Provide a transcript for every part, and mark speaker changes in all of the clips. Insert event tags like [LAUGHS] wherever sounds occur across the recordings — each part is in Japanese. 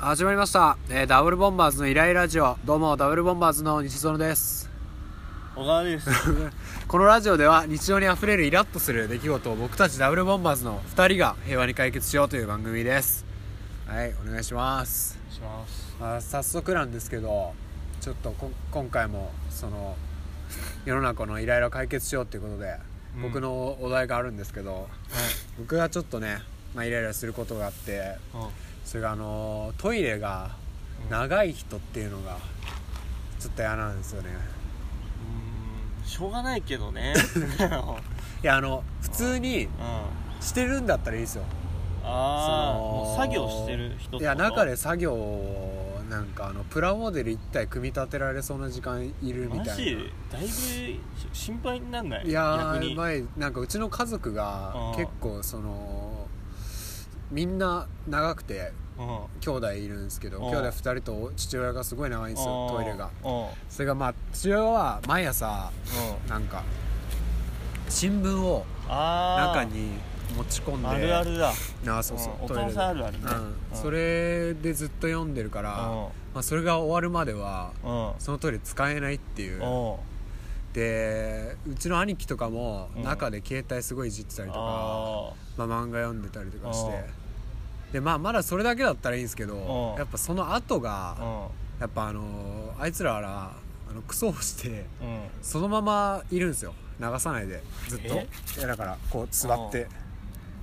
Speaker 1: 始まりました、えーダブルボンバーズのイライラジオどうもダブルボンバーズの西園です
Speaker 2: 小川 [LAUGHS] です
Speaker 1: このラジオでは日常にあふれるイラッとする出来事を僕たちダブルボンバーズの2人が平和に解決しようという番組ですはいお願いします
Speaker 2: します
Speaker 1: あー早速なんですけどちょっとこ今回もその世の中のイライラを解決しようということで、
Speaker 2: うん
Speaker 1: 僕のお題があるんですけど僕がちょっとね、まあ、イライラすることがあって
Speaker 2: はい
Speaker 1: それがあのトイレが長い人っていうのがちょっと嫌なんですよね
Speaker 2: うんしょうがないけ
Speaker 1: [LAUGHS]
Speaker 2: どね
Speaker 1: いやあの普通に
Speaker 2: うんあ
Speaker 1: してるんだったらいいですよ
Speaker 2: あー
Speaker 1: その
Speaker 2: もう作業してる人ってこと
Speaker 1: いや中で作業をなんかあのプラモデル1体組み立てられそうな時間いるみ
Speaker 2: マ
Speaker 1: た
Speaker 2: ジ
Speaker 1: いな
Speaker 2: だいぶ心配になんない
Speaker 1: いや
Speaker 2: 逆
Speaker 1: ー
Speaker 2: に
Speaker 1: 前なんかうちの家族が
Speaker 2: うん
Speaker 1: 結構そのみんな長くて
Speaker 2: うん
Speaker 1: 兄弟いるんですけど
Speaker 2: うん
Speaker 1: 兄弟2人と父親がすごい長いんですよ
Speaker 2: あー
Speaker 1: トイレが
Speaker 2: うんうん
Speaker 1: それがまあ父親は毎朝なんか新聞を
Speaker 2: ああ
Speaker 1: 中に持ち込んで
Speaker 2: あるあるだ
Speaker 1: あそうそう、
Speaker 2: うん
Speaker 1: トイレで
Speaker 2: お父さんあるあるね
Speaker 1: う、
Speaker 2: うんん
Speaker 1: それでずっと読んでるから、まあ、それが終わるまでは
Speaker 2: うんうん
Speaker 1: そのトイレ使えないっていう
Speaker 2: おう
Speaker 1: でうちの兄貴とかも
Speaker 2: うん
Speaker 1: 中で携帯すごいいじってたりとか、
Speaker 2: あ
Speaker 1: まあ、漫画読んでたりとかして
Speaker 2: うん
Speaker 1: でまあまだそれだけだったらいいんですけど
Speaker 2: うん
Speaker 1: やっぱその後
Speaker 2: あ
Speaker 1: が
Speaker 2: う
Speaker 1: やっぱあのあいつらはあのクソをして
Speaker 2: んうん
Speaker 1: そのままいるんですよ流さないでずっと
Speaker 2: え
Speaker 1: いやだからこう座って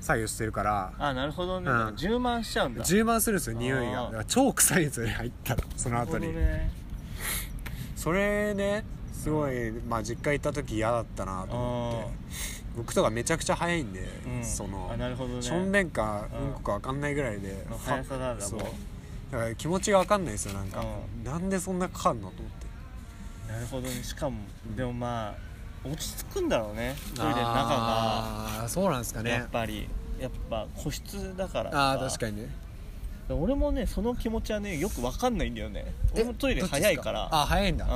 Speaker 1: 作業してるから
Speaker 2: あなるほどね
Speaker 1: うん
Speaker 2: 充満しちゃうんだ
Speaker 1: 充満するんですよ匂いが
Speaker 2: あー
Speaker 1: だから超臭いんですよね入ったらその後に、
Speaker 2: なるほどね
Speaker 1: それねすごい、まあ実家行った時嫌だったなと思って僕とかめちゃくちゃ早いんで、
Speaker 2: うん
Speaker 1: その
Speaker 2: あなるほどね
Speaker 1: しょんべんか
Speaker 2: うん
Speaker 1: うんこか分かんないぐらいで、
Speaker 2: の速さなん
Speaker 1: [LAUGHS]
Speaker 2: だ
Speaker 1: そう
Speaker 2: もう
Speaker 1: だから気持ちが分かんないですよなんか、
Speaker 2: う
Speaker 1: なんでそんなかかんのと思って
Speaker 2: なるほどねしかもでもまあ落ち着くんだろうねトイレの中
Speaker 1: あーそうなんですか
Speaker 2: が
Speaker 1: ね
Speaker 2: やっぱりやっぱ個室だから
Speaker 1: ああ確
Speaker 2: に
Speaker 1: かにね
Speaker 2: 俺もねその気持ちはねよくわかんないんだよね俺もトイレ
Speaker 1: えどっちです
Speaker 2: 早いから
Speaker 1: あ早いんだ
Speaker 2: うん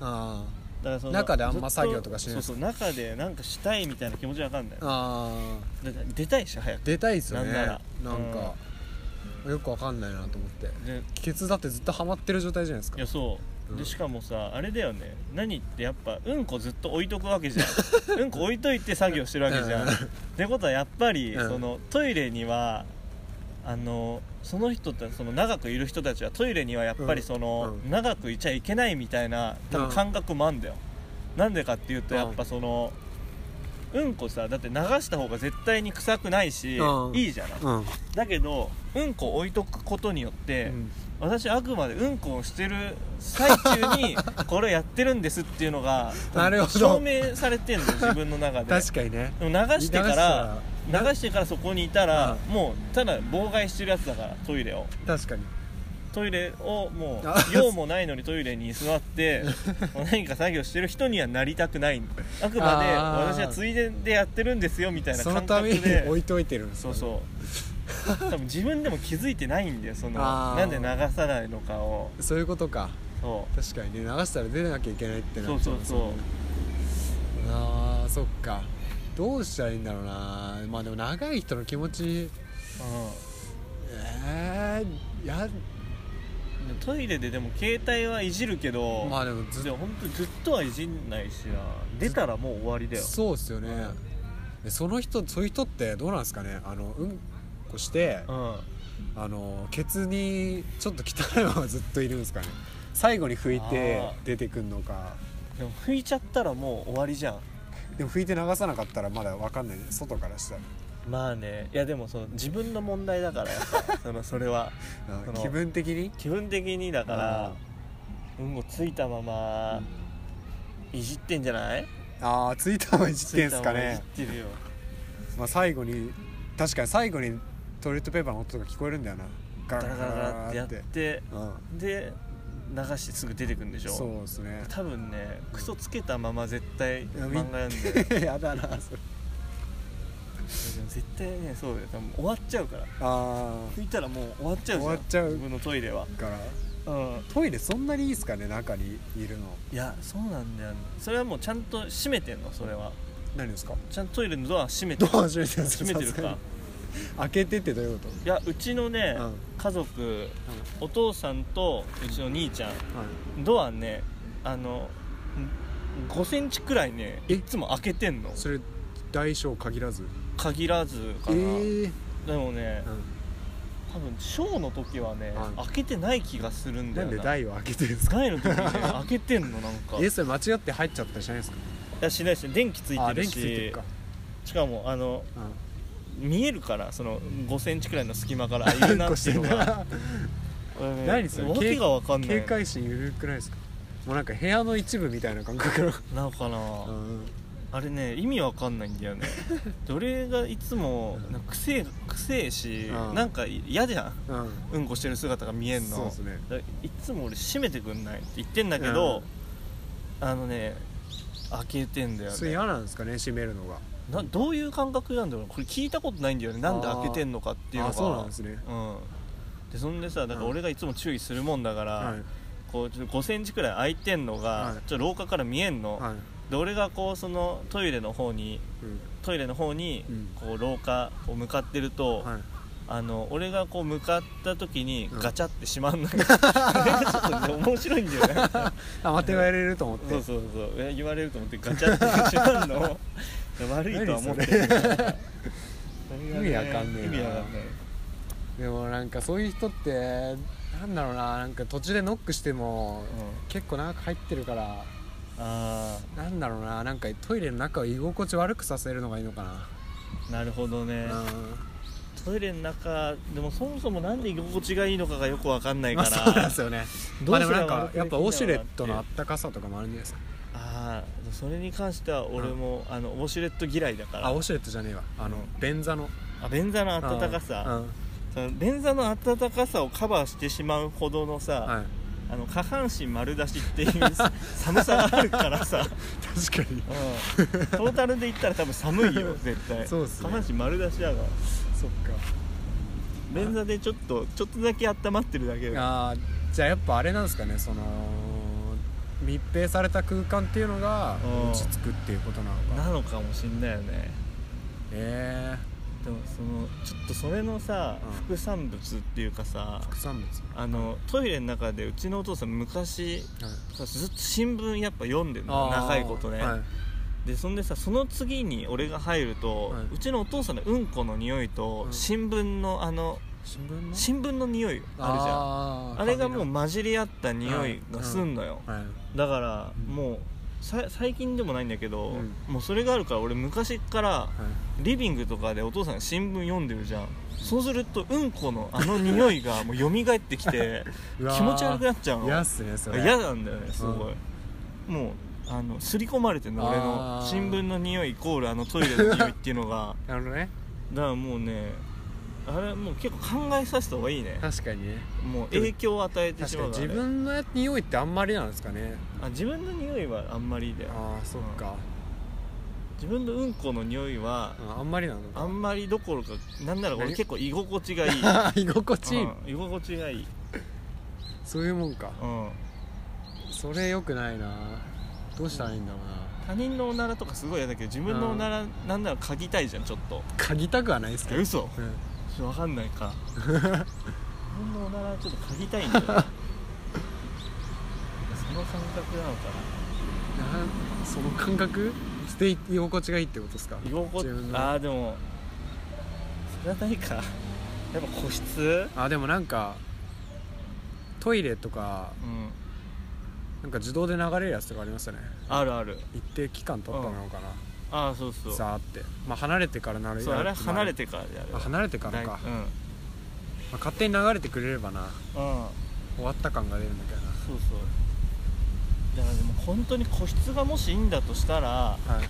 Speaker 1: あ
Speaker 2: だ
Speaker 1: あ
Speaker 2: からその
Speaker 1: 中であんま
Speaker 2: ずっと
Speaker 1: 作業とかしない
Speaker 2: そうそう中でなんかしたいみたいな気持ちはわかんないだ
Speaker 1: ああ
Speaker 2: って出たいし早く
Speaker 1: 出たいですよね
Speaker 2: な
Speaker 1: なん
Speaker 2: んなら
Speaker 1: か、よくわかんないなと思って
Speaker 2: で
Speaker 1: ケツだってずっとハマってる状態じゃないですか
Speaker 2: いやそううんでしかもさあれだよね何ってやっぱうんこずっと置いとくわけじゃ
Speaker 1: [LAUGHS]
Speaker 2: んうんこ置いといて作業してるわけじゃん
Speaker 1: うん
Speaker 2: ってことはやっぱり、
Speaker 1: うん
Speaker 2: そのトイレにはあのその人ってその長くいる人たちはトイレにはやっぱりその、
Speaker 1: うん
Speaker 2: 長くいちゃいけないみたいな多
Speaker 1: うん
Speaker 2: 分感覚もあんだよ、なんでかっていうと
Speaker 1: うん
Speaker 2: やっぱそのうんこさだって流した方が絶対に臭くないし、
Speaker 1: うん
Speaker 2: いいじゃない、
Speaker 1: うん、
Speaker 2: だけどうんこ置いとくことによって、私あくまでうんこをしてる最中にこれやってるんですっていうのが
Speaker 1: [LAUGHS] なるほど
Speaker 2: 証明されてんの自分の中で
Speaker 1: 確かにね
Speaker 2: でも流してから
Speaker 1: 流
Speaker 2: 流
Speaker 1: したら
Speaker 2: してからそこにいたら、
Speaker 1: う
Speaker 2: もうただ妨害してるやつだからトイレを
Speaker 1: 確かに
Speaker 2: トイレをも
Speaker 1: あ [LAUGHS]
Speaker 2: う用もないのにトイレに座ってもう何か作業してる人にはなりたくないあくまで
Speaker 1: あー
Speaker 2: 私はついででやってるんですよみたいな
Speaker 1: その
Speaker 2: 感
Speaker 1: た
Speaker 2: 覚
Speaker 1: めに [LAUGHS]
Speaker 2: で
Speaker 1: 置いといてるんです
Speaker 2: そ
Speaker 1: よ
Speaker 2: う
Speaker 1: ね [LAUGHS]
Speaker 2: そう多分自分でも気づいてないんだよその
Speaker 1: あー
Speaker 2: なんで流さないのかを
Speaker 1: そういうことか
Speaker 2: そう
Speaker 1: 確かにね流したら出なきゃいけないって
Speaker 2: そ
Speaker 1: な
Speaker 2: う
Speaker 1: っちゃ
Speaker 2: そううん
Speaker 1: ですよね
Speaker 2: そ
Speaker 1: あーそっかどうしたらいいんだろうなまあでも長い人の気持ち
Speaker 2: う、
Speaker 1: えー、いや
Speaker 2: うん、トイレででも携帯はいじるけど、
Speaker 1: まあでもずっと
Speaker 2: でも本当ずっとはいじんないしな出たらもう終わりだよ
Speaker 1: そうっすよね、
Speaker 2: うん
Speaker 1: でその人そういう人ってどうなんですかねあのうんこして、
Speaker 2: うん
Speaker 1: あのケツにちょっと汚いままずっといるんですかね最後に拭いて
Speaker 2: あー
Speaker 1: 出てくんのか
Speaker 2: でも拭いちゃったらもう終わりじゃん
Speaker 1: でも拭いて流さなかったらまだ分かんないね外からしたら
Speaker 2: まあねいやでもその自分の問題だからやっぱ [LAUGHS] そのそれは
Speaker 1: あ
Speaker 2: その
Speaker 1: 気分的に
Speaker 2: 気分的にだからうんこついたままいじってんじゃない
Speaker 1: ああついたままいじってんすかね
Speaker 2: ついたままいじってるよ
Speaker 1: ま、あ、最後に確かに最後にトイレットペーパーの音が聞こえるんだよなガラ
Speaker 2: ガラ
Speaker 1: ガ
Speaker 2: ガ
Speaker 1: ラ
Speaker 2: ラ
Speaker 1: ガ
Speaker 2: ガ
Speaker 1: ラ
Speaker 2: ラってや
Speaker 1: っ
Speaker 2: っててで流してすぐ出てくんでし
Speaker 1: うん、
Speaker 2: ょ
Speaker 1: そうですね [LAUGHS]
Speaker 2: 多分ねクソつけたまま絶対
Speaker 1: や
Speaker 2: 漫画読んで
Speaker 1: やだなそれ
Speaker 2: 絶対ねそうだよ多分終わっちゃうから
Speaker 1: あ
Speaker 2: 拭いたらもう終わっちゃうじゃん
Speaker 1: 終わっちゃう
Speaker 2: 自分のトイレは
Speaker 1: あから
Speaker 2: うん
Speaker 1: トイレそんなにいいですかね中にいるの
Speaker 2: いやそうなんだよ、ね、それはもうちゃんと閉めてんのそれは
Speaker 1: 何ですか
Speaker 2: ちゃんとトイレのドア閉めて
Speaker 1: ド
Speaker 2: る
Speaker 1: ア閉めてるんです
Speaker 2: 閉めてるか
Speaker 1: 開けてってどういうこ
Speaker 2: いやうちのね、
Speaker 1: うん
Speaker 2: 家族お父さんとうちの兄ちゃん
Speaker 1: と、はい、
Speaker 2: ドアねあのん5センチくらいね
Speaker 1: え
Speaker 2: いつも開けてんの
Speaker 1: それ大小限らず
Speaker 2: 限らずか
Speaker 1: え
Speaker 2: な、
Speaker 1: ー
Speaker 2: でもね
Speaker 1: う
Speaker 2: 多分ショーの時はね、
Speaker 1: うん
Speaker 2: 開けてない気がするん
Speaker 1: ん
Speaker 2: だ
Speaker 1: な
Speaker 2: よ
Speaker 1: ん
Speaker 2: な
Speaker 1: で台を開けてるんですか
Speaker 2: 前の時ね [LAUGHS] 開けてんのなんかい
Speaker 1: えそれ間違って入っちゃったりしないですか
Speaker 2: やしないし電気つい
Speaker 1: あ
Speaker 2: てる
Speaker 1: 電気
Speaker 2: し
Speaker 1: ついてるか
Speaker 2: しかもあの見えるからその5センチくらいの隙間からあい
Speaker 1: うん
Speaker 2: るなっ
Speaker 1: [LAUGHS]
Speaker 2: ていうのが俺ね
Speaker 1: 何それ
Speaker 2: 訳が分かんない
Speaker 1: 警戒心緩くないですかもうなんか部屋の一部みたいな感覚の
Speaker 2: なのかな、
Speaker 1: うん
Speaker 2: あれね意味わかんないんだよねどれがいつもなんか癖が癖えし、
Speaker 1: うん
Speaker 2: なんか嫌じゃん
Speaker 1: うん
Speaker 2: うんこしてる姿が見えんの
Speaker 1: そうですね
Speaker 2: だからいつも俺閉めてくんないって言ってんだけど、あのね開けてんだよ
Speaker 1: それ
Speaker 2: ね
Speaker 1: 嫌なんですかね閉めるのが
Speaker 2: などういう感覚なんだろうこれ聞いたことないんだよねなんで開けてんのかっていうの
Speaker 1: あ
Speaker 2: が
Speaker 1: そうなんですね
Speaker 2: うんでそんでさだから
Speaker 1: うん
Speaker 2: 俺がいつも注意するもんだから、
Speaker 1: はい
Speaker 2: こうちょっと5センチくらい空いてんのが、
Speaker 1: はい
Speaker 2: ちょっと廊下から見えんの、
Speaker 1: はい
Speaker 2: で俺がこうそのトイレの方に
Speaker 1: うん
Speaker 2: トイレの方に
Speaker 1: うん
Speaker 2: こう廊下を向かってると、
Speaker 1: はい
Speaker 2: あの俺がこう向かった時に
Speaker 1: うん
Speaker 2: ガチャってしまんのよ、
Speaker 1: [LAUGHS]
Speaker 2: それがちょっとね面白いんだよね
Speaker 1: あ待てられると思って
Speaker 2: そうそうそうえ言われると思ってガチャってしまんの悪いとは思ってる
Speaker 1: 意味わかんねえな
Speaker 2: 意味わかんない
Speaker 1: でもなんかそういう人ってなんだろうななんか途中でノックしても、
Speaker 2: うん
Speaker 1: 結構長く入ってるから
Speaker 2: あ
Speaker 1: なんだろうななんかトイレの中を居心地悪くさせるのがいいのか
Speaker 2: あなるほどね
Speaker 1: な、
Speaker 2: トイレの中でもそもそもなんで居心地がいいのかがよくわかんな
Speaker 1: う
Speaker 2: い
Speaker 1: んま
Speaker 2: か
Speaker 1: あ
Speaker 2: ら、
Speaker 1: そうなんですよね
Speaker 2: ど
Speaker 1: ま
Speaker 2: う
Speaker 1: あですもな
Speaker 2: れ
Speaker 1: ん
Speaker 2: ば
Speaker 1: か
Speaker 2: 悪く
Speaker 1: やっぱウォシュレットのあ
Speaker 2: あ
Speaker 1: ったかさとかもあるんじゃないですか
Speaker 2: あーそれに関しては俺も、あのウォシュレット嫌いだから
Speaker 1: あウォシュレットじゃねえわあの便座の
Speaker 2: あ便座の温かさ、
Speaker 1: うん
Speaker 2: その便座の温かさをカバーしてしまうほどのさ、
Speaker 1: はい
Speaker 2: あの下半身丸出しっていう [LAUGHS] さ寒さがあるからさ、
Speaker 1: 確かに
Speaker 2: うん、トータルで言ったら多分寒い
Speaker 1: [LAUGHS]
Speaker 2: よ絶対
Speaker 1: そうっすね
Speaker 2: 下半身丸出しだから
Speaker 1: そっか
Speaker 2: 便座でちょっとちょっとだけ温まってるだけで
Speaker 1: あーじゃあやっぱあれなんですかねその密閉された空間っていうのが
Speaker 2: うん
Speaker 1: 落ち着くっていうことなのか
Speaker 2: なのかもしんないよね
Speaker 1: え
Speaker 2: でもそのちょっとそれのさ、
Speaker 1: うん
Speaker 2: 副産物っていうかさ
Speaker 1: え副産物は
Speaker 2: あのトイレの中でうちのお父さん昔
Speaker 1: い
Speaker 2: さずっと新聞やっぱ読んでんの長いことね、
Speaker 1: はい
Speaker 2: でそんでさその次に俺が入ると、
Speaker 1: はいう
Speaker 2: ちのお父さんのうんこの匂いと、
Speaker 1: うん
Speaker 2: 新聞のあの
Speaker 1: 新聞の
Speaker 2: 新聞の匂いあるじゃんあ
Speaker 1: あー
Speaker 2: れがも
Speaker 1: 紙
Speaker 2: う
Speaker 1: の
Speaker 2: 混じり合った匂いがすんのよ、
Speaker 1: はい
Speaker 2: だから
Speaker 1: うん
Speaker 2: もうさ最近でもないんだけど、
Speaker 1: うん
Speaker 2: もうそれがあるから俺昔から
Speaker 1: はい
Speaker 2: リビングとかでお父さんが新聞読んでるじゃんそうするとうんこのあの匂いがもう蘇ってきて
Speaker 1: [LAUGHS] うわー
Speaker 2: 気持ち悪くなっちゃうの
Speaker 1: 嫌っすねそれ
Speaker 2: 嫌なんだよねすごい、もうあの刷り込まれてんの俺の
Speaker 1: あー
Speaker 2: 新聞の匂いイコールあのトイレの匂いっていう
Speaker 1: [LAUGHS]
Speaker 2: のが
Speaker 1: なるほどね
Speaker 2: だからもうねあれもう結構考えさせた方がいいね
Speaker 1: 確かにね
Speaker 2: もう影響を与えてし
Speaker 1: 確
Speaker 2: ま
Speaker 1: かに
Speaker 2: うから
Speaker 1: 自
Speaker 2: ね
Speaker 1: 分の匂いってあんまりなんですかね
Speaker 2: あ自分の匂いはあんまりだよ
Speaker 1: ああそっか
Speaker 2: 自分のうんこの匂いは
Speaker 1: うんあんまりなの
Speaker 2: あ
Speaker 1: か
Speaker 2: んまりどころかなんなら俺
Speaker 1: 何
Speaker 2: 結構居心地が
Speaker 1: [LAUGHS]
Speaker 2: いい
Speaker 1: 居心地いい
Speaker 2: うん居心地がいい、
Speaker 1: そういうもんか
Speaker 2: うん、
Speaker 1: それ良くないなどうしたらいいんだろうな
Speaker 2: 他人のおならとかすごい嫌だけど自分のおならなんなら嗅ぎたいじゃんちょっと
Speaker 1: 嗅ぎたくはないですけ
Speaker 2: え
Speaker 1: ど
Speaker 2: 嘘
Speaker 1: うん
Speaker 2: ちょっと分かんないか自分のおならちょっと嗅ぎたいんだよなその感覚なのか
Speaker 1: なんその感覚して居心地がいいってことですか
Speaker 2: な居心地
Speaker 1: 自分の
Speaker 2: ああでもそれはないかやっぱ個室
Speaker 1: あでもなんかトイレとか
Speaker 2: うん
Speaker 1: なんか自動で流れるやつとかありましたね
Speaker 2: あるある
Speaker 1: 一定期間経ったのかな、
Speaker 2: ああそうそう
Speaker 1: さーってまあ離れてからなる
Speaker 2: そうあれは離れ
Speaker 1: て
Speaker 2: てからであれは
Speaker 1: 離れてからか、
Speaker 2: だい
Speaker 1: まあ、勝手に流れてくれればな
Speaker 2: うん、うん、
Speaker 1: 終わった感が出るんだけど
Speaker 2: そうそうだからでも本当に個室がもしいいんだとしたら
Speaker 1: なはい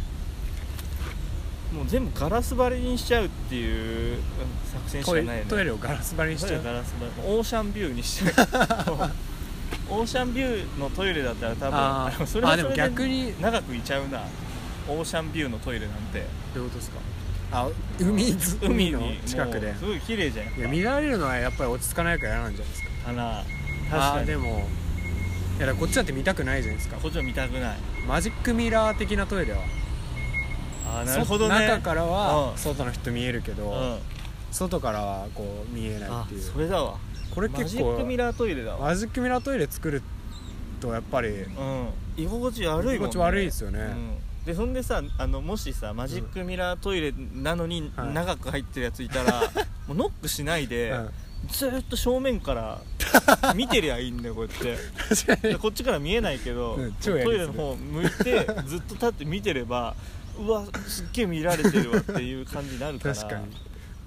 Speaker 2: もう全部ガラス張りにしちゃうっていう作戦しか
Speaker 1: ト
Speaker 2: ない
Speaker 1: イ
Speaker 2: よね
Speaker 1: トイレをガラス張りにし
Speaker 2: トイ
Speaker 1: ちゃ
Speaker 2: レ
Speaker 1: う
Speaker 2: ガラス張りオーシャンビューにしち
Speaker 1: [LAUGHS]
Speaker 2: ゃうオーシャンビューのトイレだったら多分
Speaker 1: あー
Speaker 2: それは
Speaker 1: あで
Speaker 2: そ
Speaker 1: も
Speaker 2: れで
Speaker 1: 逆に
Speaker 2: 長くいちゃうなオーシャンビューのトイレなんて
Speaker 1: どういうことですかあ海海の
Speaker 2: に
Speaker 1: 近く
Speaker 2: も
Speaker 1: で
Speaker 2: うすごい綺麗じゃんやっぱ
Speaker 1: いや見られるのはやっぱり落ち着かないから嫌なんじゃないですか
Speaker 2: 花
Speaker 1: あ
Speaker 2: 確
Speaker 1: ー
Speaker 2: か
Speaker 1: で
Speaker 2: に
Speaker 1: もいやだからこっちだって見たくないじゃないですか
Speaker 2: こっちは見たくない
Speaker 1: マジックミラー的なトイレは
Speaker 2: あーなるほどね
Speaker 1: そ中からは
Speaker 2: うん
Speaker 1: 外の人見えるけど、
Speaker 2: うん
Speaker 1: 外からはこう見えないっ
Speaker 2: あ
Speaker 1: ていう
Speaker 2: それだわ
Speaker 1: これ
Speaker 2: マ
Speaker 1: 結
Speaker 2: ジ
Speaker 1: 構
Speaker 2: ックミラートイレだわ
Speaker 1: マジックミラートイレ作るとやっぱり
Speaker 2: うん居心地悪いもん、ね、
Speaker 1: 居心地悪いですよね
Speaker 2: うん、でそんでさあのもしさマジックミラートイレなのに
Speaker 1: はい
Speaker 2: 長く入ってるやつい
Speaker 1: [LAUGHS]
Speaker 2: たら、もうノックしないで、
Speaker 1: うん
Speaker 2: ずーっと正面
Speaker 1: [LAUGHS]
Speaker 2: から見てりゃいいんだよこうやって
Speaker 1: 確か
Speaker 2: で
Speaker 1: に
Speaker 2: こっちから見えないけど、
Speaker 1: うん超
Speaker 2: ト
Speaker 1: やりづらい
Speaker 2: イレの方向いてずっと立って見てればうわすっげえ見られてるわっていう感じになるか
Speaker 1: [LAUGHS]
Speaker 2: ら
Speaker 1: 確かに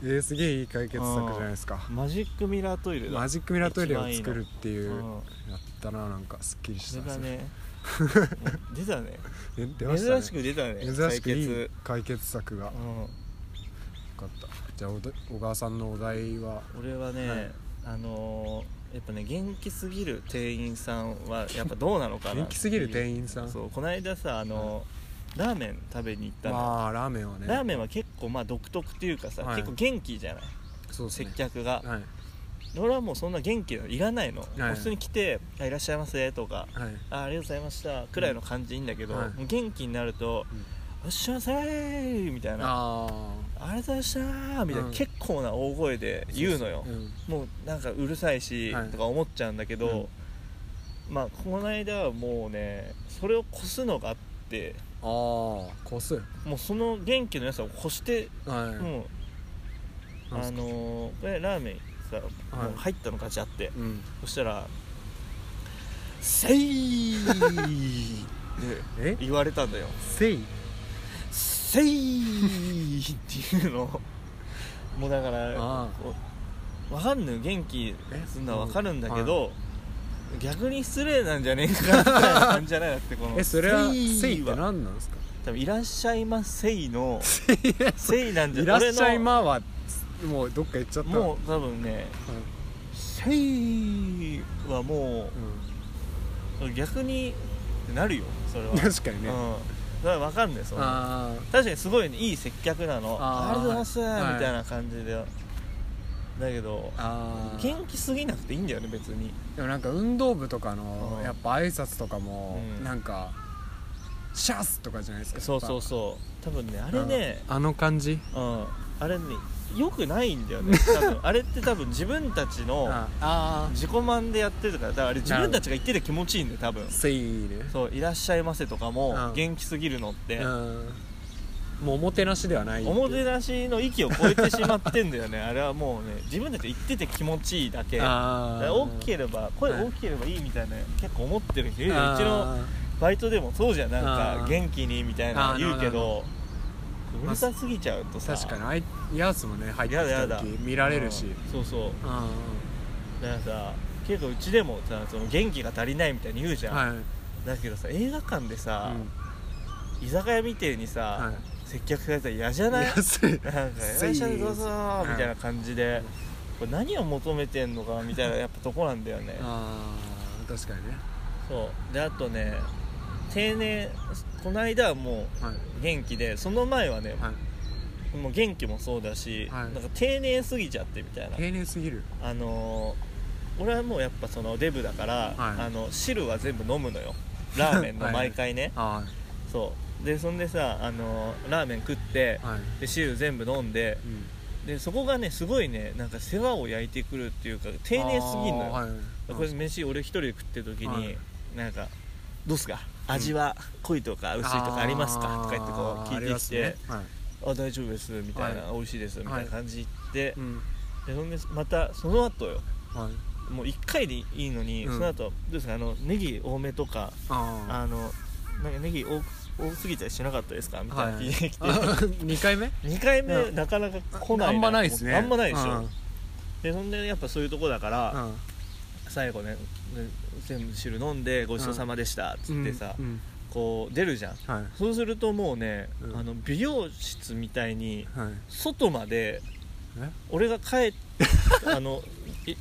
Speaker 1: えーすげえいい解決策じゃないですか
Speaker 2: マジックミラートイレだ
Speaker 1: マジックミラートイレを
Speaker 2: 一
Speaker 1: 作
Speaker 2: 番い
Speaker 1: る
Speaker 2: いの
Speaker 1: っていう
Speaker 2: うん
Speaker 1: やったななんかすっきりし
Speaker 2: そ
Speaker 1: た
Speaker 2: れ
Speaker 1: [LAUGHS]
Speaker 2: がねもう出たね
Speaker 1: それえ出ましたね
Speaker 2: 珍しく出たね
Speaker 1: 珍しくい
Speaker 2: 解
Speaker 1: い
Speaker 2: 決
Speaker 1: 解決策がよ
Speaker 2: うん
Speaker 1: かったじゃあおど小川さんのお題は
Speaker 2: 俺はね、
Speaker 1: はい
Speaker 2: あのーやっぱね元気すぎる店員さんはやっぱどうなのかな
Speaker 1: 元気すぎる店員さん
Speaker 2: そうこの間さあのーラーメン食べに行ったの、
Speaker 1: まあラーメンはね
Speaker 2: ラーメン
Speaker 1: は
Speaker 2: は結構まあ独特っていうかさ、
Speaker 1: はい
Speaker 2: 結構元気じゃない
Speaker 1: そうです
Speaker 2: 接
Speaker 1: ね
Speaker 2: 客が、
Speaker 1: はい
Speaker 2: 俺はもうそんな元気いらないの、
Speaker 1: はい
Speaker 2: 普通に来て「あいらっしゃいませ」とか
Speaker 1: はい
Speaker 2: あ「ありがとうございました」くらいの感じいいんだけど、
Speaker 1: はい
Speaker 2: もう元気になると
Speaker 1: うん
Speaker 2: 「よっしゃいませー」みたいな
Speaker 1: あ
Speaker 2: 「ありがとうございました」みたいな、
Speaker 1: うん
Speaker 2: 結構な大声で
Speaker 1: あ
Speaker 2: 言うのよ
Speaker 1: ん
Speaker 2: もうなんかうるさいし、
Speaker 1: はい
Speaker 2: とか思っちゃうんだけど、まあこの間はもうねそれを越すのがあって
Speaker 1: あー個数はい
Speaker 2: もうその元気の良さを越して、もう
Speaker 1: なん
Speaker 2: あ
Speaker 1: すか
Speaker 2: のーこれラーメンさ、
Speaker 1: はい
Speaker 2: もう入ったのガチャって
Speaker 1: うん
Speaker 2: そし
Speaker 1: [LAUGHS]
Speaker 2: たら「せい!」っ
Speaker 1: え
Speaker 2: て言われたんだよ
Speaker 1: せい
Speaker 2: 「せい!」っていうのをもうだから
Speaker 1: あー
Speaker 2: こうわかんのよ元気すんのはわかるんだけど、逆に失礼なんじゃねえかみたいな感じじゃないだってこの
Speaker 1: えそれはせいっ
Speaker 2: は
Speaker 1: て何なんですか
Speaker 2: 多分いらっしゃいませいのせ [LAUGHS] いなんじゃ
Speaker 1: いらっしゃ
Speaker 2: 俺
Speaker 1: い
Speaker 2: の
Speaker 1: まはもうどっか行っちゃった
Speaker 2: もう多分ね「せい!」はも
Speaker 1: うん
Speaker 2: う、逆にってなるよそれは、
Speaker 1: [LAUGHS] うん確かに
Speaker 2: うん
Speaker 1: ね
Speaker 2: だから分かんねその
Speaker 1: あ
Speaker 2: 確かにすごい、ね、いい接客なの
Speaker 1: あー
Speaker 2: ありがとうございます、
Speaker 1: はい
Speaker 2: みたいな感じでだけど
Speaker 1: ーあー
Speaker 2: 元気すぎなくていいんだよね別に
Speaker 1: でもなんか運動部とかの
Speaker 2: うん
Speaker 1: やっぱ挨拶とかも
Speaker 2: うん
Speaker 1: なんかシャスとかじゃないですか
Speaker 2: そうそう
Speaker 1: そ
Speaker 2: そう多分ねあれね
Speaker 1: あの感じ
Speaker 2: うんあれねよくないんだ
Speaker 1: [LAUGHS]
Speaker 2: よね多分あれって多分自分たちの
Speaker 1: ああ
Speaker 2: 自己満でやってるとかだからあれ自分たちが言ってて気持ちいいんだよ多分
Speaker 1: ーせいね
Speaker 2: そう「いらっしゃいませ」とか
Speaker 1: う
Speaker 2: も
Speaker 1: ん
Speaker 2: 元気すぎるのって
Speaker 1: うんもうおもてなしではない
Speaker 2: おもてなしの域を超えてしまってんだよねあれはもうね自分たちが言ってて気持ちいいだけだ
Speaker 1: あ
Speaker 2: から
Speaker 1: あ
Speaker 2: 大きければ声
Speaker 1: はい
Speaker 2: 大きければいいみたいな結構思ってる人いるよ
Speaker 1: あー
Speaker 2: うちのバイトでもそうじゃんなん
Speaker 1: あ
Speaker 2: か
Speaker 1: ー
Speaker 2: 元気にみたい
Speaker 1: あ
Speaker 2: な
Speaker 1: ー
Speaker 2: 言うけ
Speaker 1: なるほ
Speaker 2: どうるさすぎちゃうとさ
Speaker 1: 確かにあいヤースもね入って
Speaker 2: やだや
Speaker 1: き
Speaker 2: だ
Speaker 1: た時見られるし
Speaker 2: うんそうそう
Speaker 1: うんは
Speaker 2: だからさ結構うちでもさその元気が足りないみたいに言うじ
Speaker 1: い
Speaker 2: ゃん、だけどさ映画館でさ、
Speaker 1: うん
Speaker 2: 居酒屋みてえにさ、
Speaker 1: はい
Speaker 2: 接客されたら嫌じゃない
Speaker 1: 安い
Speaker 2: なんか「いらっしゃいどうぞ」みたいな感じで、これ何を求めてんのかみたいなやっぱとこなんだよね
Speaker 1: ああ確かにね
Speaker 2: そうであとね定年この間はも
Speaker 1: はいう
Speaker 2: 元気でその前はね、
Speaker 1: はい
Speaker 2: もう元気もそうだし、
Speaker 1: はい
Speaker 2: なんか定年過ぎちゃってみたいな
Speaker 1: 丁寧すぎる
Speaker 2: あのー俺はもうやっぱそのデブだから、
Speaker 1: はい
Speaker 2: あの汁は全部飲むのよラーメンの
Speaker 1: はい
Speaker 2: 毎回ね
Speaker 1: は
Speaker 2: そうでそんでさ、あのーラーメン食って
Speaker 1: いはい
Speaker 2: で汁全部飲んで
Speaker 1: うん
Speaker 2: でそこがねすごいねなんか世話を焼いてくるっていうか丁寧すぎんのよ、
Speaker 1: あーはい
Speaker 2: これ飯俺一人で食ってる時に、
Speaker 1: はい
Speaker 2: なんか「どうっすか味は濃いとか薄いとかありますか?」とか言ってこう聞
Speaker 1: あーあ
Speaker 2: いてきて
Speaker 1: りますねはい
Speaker 2: 「あ,、大丈夫です」みたいな、美味しいです」みたいな感じ言って、
Speaker 1: うん
Speaker 2: でそんでまたその後よ
Speaker 1: はい
Speaker 2: もう1回でいいのに、
Speaker 1: うん
Speaker 2: その後どうですかあのネギ多めとか
Speaker 1: あ
Speaker 2: あのなんかネギ多く多すぎたりしなかったですかみ
Speaker 1: ー
Speaker 2: たいな
Speaker 1: は
Speaker 2: 聞
Speaker 1: い
Speaker 2: いてきて、
Speaker 1: 2回目
Speaker 2: 2回目
Speaker 1: うん
Speaker 2: なかなか来ない
Speaker 1: あんまないですね
Speaker 2: あんまないでしょ、
Speaker 1: うん
Speaker 2: でそんでやっぱそういうとこだから、
Speaker 1: うん
Speaker 2: 最後ねね全部汁飲んでごちそうさまでしたっつってさ、
Speaker 1: うん
Speaker 2: こう出るじゃん
Speaker 1: はい
Speaker 2: そうするともうね、
Speaker 1: うん
Speaker 2: あの美容室みたいに
Speaker 1: はい
Speaker 2: 外まで
Speaker 1: え
Speaker 2: 俺が帰って
Speaker 1: [LAUGHS]
Speaker 2: あのい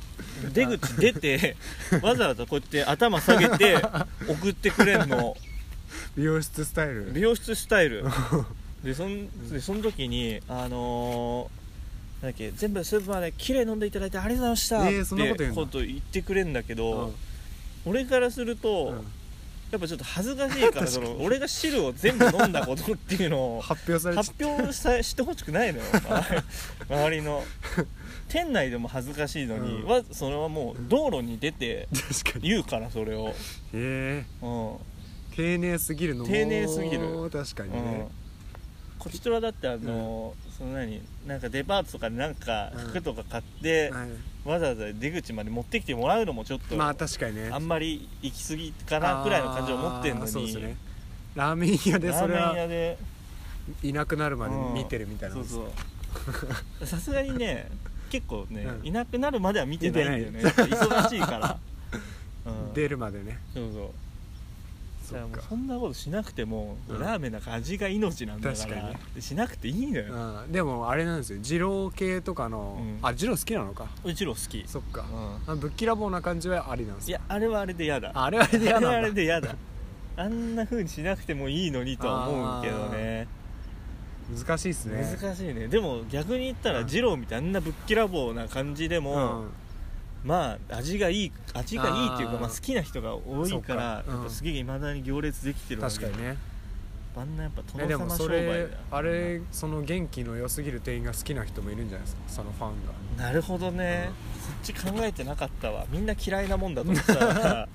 Speaker 2: 出口出てわざわざこうやって頭下げ
Speaker 1: [LAUGHS]
Speaker 2: て送ってくれんの
Speaker 1: 美容室スタイ
Speaker 2: 美
Speaker 1: ル
Speaker 2: 容室スタ
Speaker 1: [LAUGHS]
Speaker 2: イルでそんでその時にあのーなんだっけ全部スープまで綺麗に飲んでいただいてありがとうございました
Speaker 1: えーそんなこと
Speaker 2: って
Speaker 1: 言うんだ
Speaker 2: こと言ってくれんだけ
Speaker 1: うん
Speaker 2: ど、俺からすると、
Speaker 1: うん
Speaker 2: やっぱちょっと恥ずかし
Speaker 1: [LAUGHS]
Speaker 2: いからその俺が汁を全部飲んだことっていうのを
Speaker 1: 発表されちゃ
Speaker 2: 発表さしてほしくないのよ
Speaker 1: [LAUGHS]
Speaker 2: 周りの店内でも恥ずかしいのに、
Speaker 1: うん
Speaker 2: はそれはもう道路に出て
Speaker 1: 確かに
Speaker 2: 言うからそれを、
Speaker 1: へえ
Speaker 2: うん
Speaker 1: 丁寧すぎるのも
Speaker 2: 丁寧すぎる
Speaker 1: 確かに
Speaker 2: うん
Speaker 1: ね、
Speaker 2: こちとらだってあの、その何なんかデパートとかでなんか
Speaker 1: うん
Speaker 2: 服とか買って、
Speaker 1: はい
Speaker 2: わざわざ出口まで持ってきてもらうのもちょっと、
Speaker 1: まあ確かにね
Speaker 2: あんまり行き過ぎかなくらいの感じを持ってんの
Speaker 1: あーそうで
Speaker 2: に、
Speaker 1: すねラーメン屋で
Speaker 2: ラ
Speaker 1: そ
Speaker 2: ー
Speaker 1: れ
Speaker 2: メン屋
Speaker 1: は
Speaker 2: で
Speaker 1: いなくなるまで見てるみたいな
Speaker 2: そ
Speaker 1: もん
Speaker 2: う
Speaker 1: です [LAUGHS]
Speaker 2: そうさすがにね結構ね、
Speaker 1: うん
Speaker 2: いなくなるまでは見てないんだよね
Speaker 1: 見てない
Speaker 2: 忙しい
Speaker 1: [LAUGHS]
Speaker 2: から、うん、
Speaker 1: 出るまでね
Speaker 2: そうそう
Speaker 1: そ
Speaker 2: だから
Speaker 1: っ
Speaker 2: もう
Speaker 1: か
Speaker 2: そんなことしなくても、
Speaker 1: うん
Speaker 2: ラーメンなんか味が命なんだか
Speaker 1: 確
Speaker 2: ら
Speaker 1: かにね
Speaker 2: でしなくていいのよ、
Speaker 1: うんでもあれなんですよ二郎系とかの、
Speaker 2: うん
Speaker 1: あ二郎好きなのか
Speaker 2: うちろ好き
Speaker 1: そっか、
Speaker 2: う
Speaker 1: あぶっきらぼうな感じはありなんです
Speaker 2: い
Speaker 1: よ
Speaker 2: やあれはあれで嫌だ
Speaker 1: ああれはあれで嫌なんだ
Speaker 2: あれはあれで嫌だあんな風にしなくてもいいのにとは思うけどね
Speaker 1: 難しいっすね
Speaker 2: 難しいねでも逆に言った
Speaker 1: う
Speaker 2: ら
Speaker 1: ん
Speaker 2: 二郎みたいなあんなぶっきらぼうな感じでも、
Speaker 1: うん
Speaker 2: まあ味がいい味がいいっていうか
Speaker 1: あー
Speaker 2: まあ、好きな人が多
Speaker 1: そ
Speaker 2: いう
Speaker 1: か
Speaker 2: からやっ
Speaker 1: うん
Speaker 2: ぱすげえいまだに行列できてるわけ
Speaker 1: 確かにね
Speaker 2: あんなやっぱ
Speaker 1: え
Speaker 2: 殿
Speaker 1: でも
Speaker 2: 様商
Speaker 1: そ
Speaker 2: 売だ
Speaker 1: れ
Speaker 2: よ
Speaker 1: あれその元気の良すぎる店員が好きな人もいるんじゃないですかそのファンが
Speaker 2: なるほどね、そっち考えてなかったわみんな嫌いなもんだと思って
Speaker 1: [LAUGHS]
Speaker 2: たら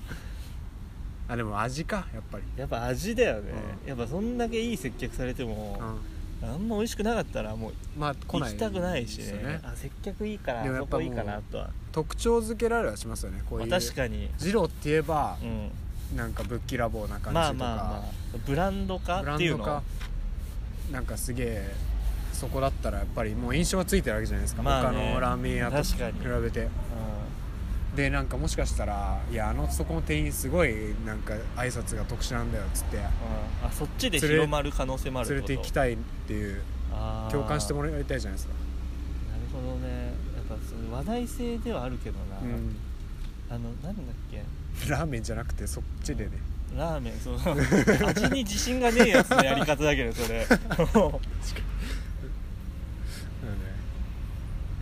Speaker 1: あでも味かやっぱり
Speaker 2: やっぱ味だよね、
Speaker 1: う
Speaker 2: やっぱそんだけいい接客されても
Speaker 1: う、ん
Speaker 2: あんま美味しくなかったらもう
Speaker 1: まあ来
Speaker 2: 行
Speaker 1: ない
Speaker 2: きたくないし
Speaker 1: ですよ
Speaker 2: ねあ接客いいから
Speaker 1: でもや
Speaker 2: そ
Speaker 1: っぱ
Speaker 2: こ
Speaker 1: もう
Speaker 2: いいかなとは、
Speaker 1: 特徴づけられはしますよねこう
Speaker 2: ま
Speaker 1: い
Speaker 2: あ、
Speaker 1: う
Speaker 2: 確かに
Speaker 1: 二郎って言えば
Speaker 2: う、ん
Speaker 1: なんかぶっきらぼうな感じ
Speaker 2: まあまあ
Speaker 1: とか、
Speaker 2: まあブランド化ってい
Speaker 1: ブ
Speaker 2: うの
Speaker 1: ラン
Speaker 2: は
Speaker 1: ドかなんかすげえそこだったらやっぱりもう印象がついてるわけじゃないですか、
Speaker 2: まあね
Speaker 1: 他のラーメン屋と比
Speaker 2: 確かに
Speaker 1: べてでなんかもしかしたら「いやあのそこの店員すごいなんか挨拶が特殊なんだよ」っつって
Speaker 2: うんあそっちで
Speaker 1: 連れ
Speaker 2: 広まる可能性もある
Speaker 1: 連れ
Speaker 2: こと
Speaker 1: て行きたいっていう
Speaker 2: あー
Speaker 1: 共感してもらいたいじゃないですか、
Speaker 2: なるほどねやっぱその話題性ではあるけどな、
Speaker 1: うん、
Speaker 2: あのなんだっけ
Speaker 1: ラーメンじゃなくてそっち
Speaker 2: [LAUGHS]
Speaker 1: でね
Speaker 2: ラーメンその [LAUGHS] 味に自信がねえやつのやり方だけどそれ [LAUGHS]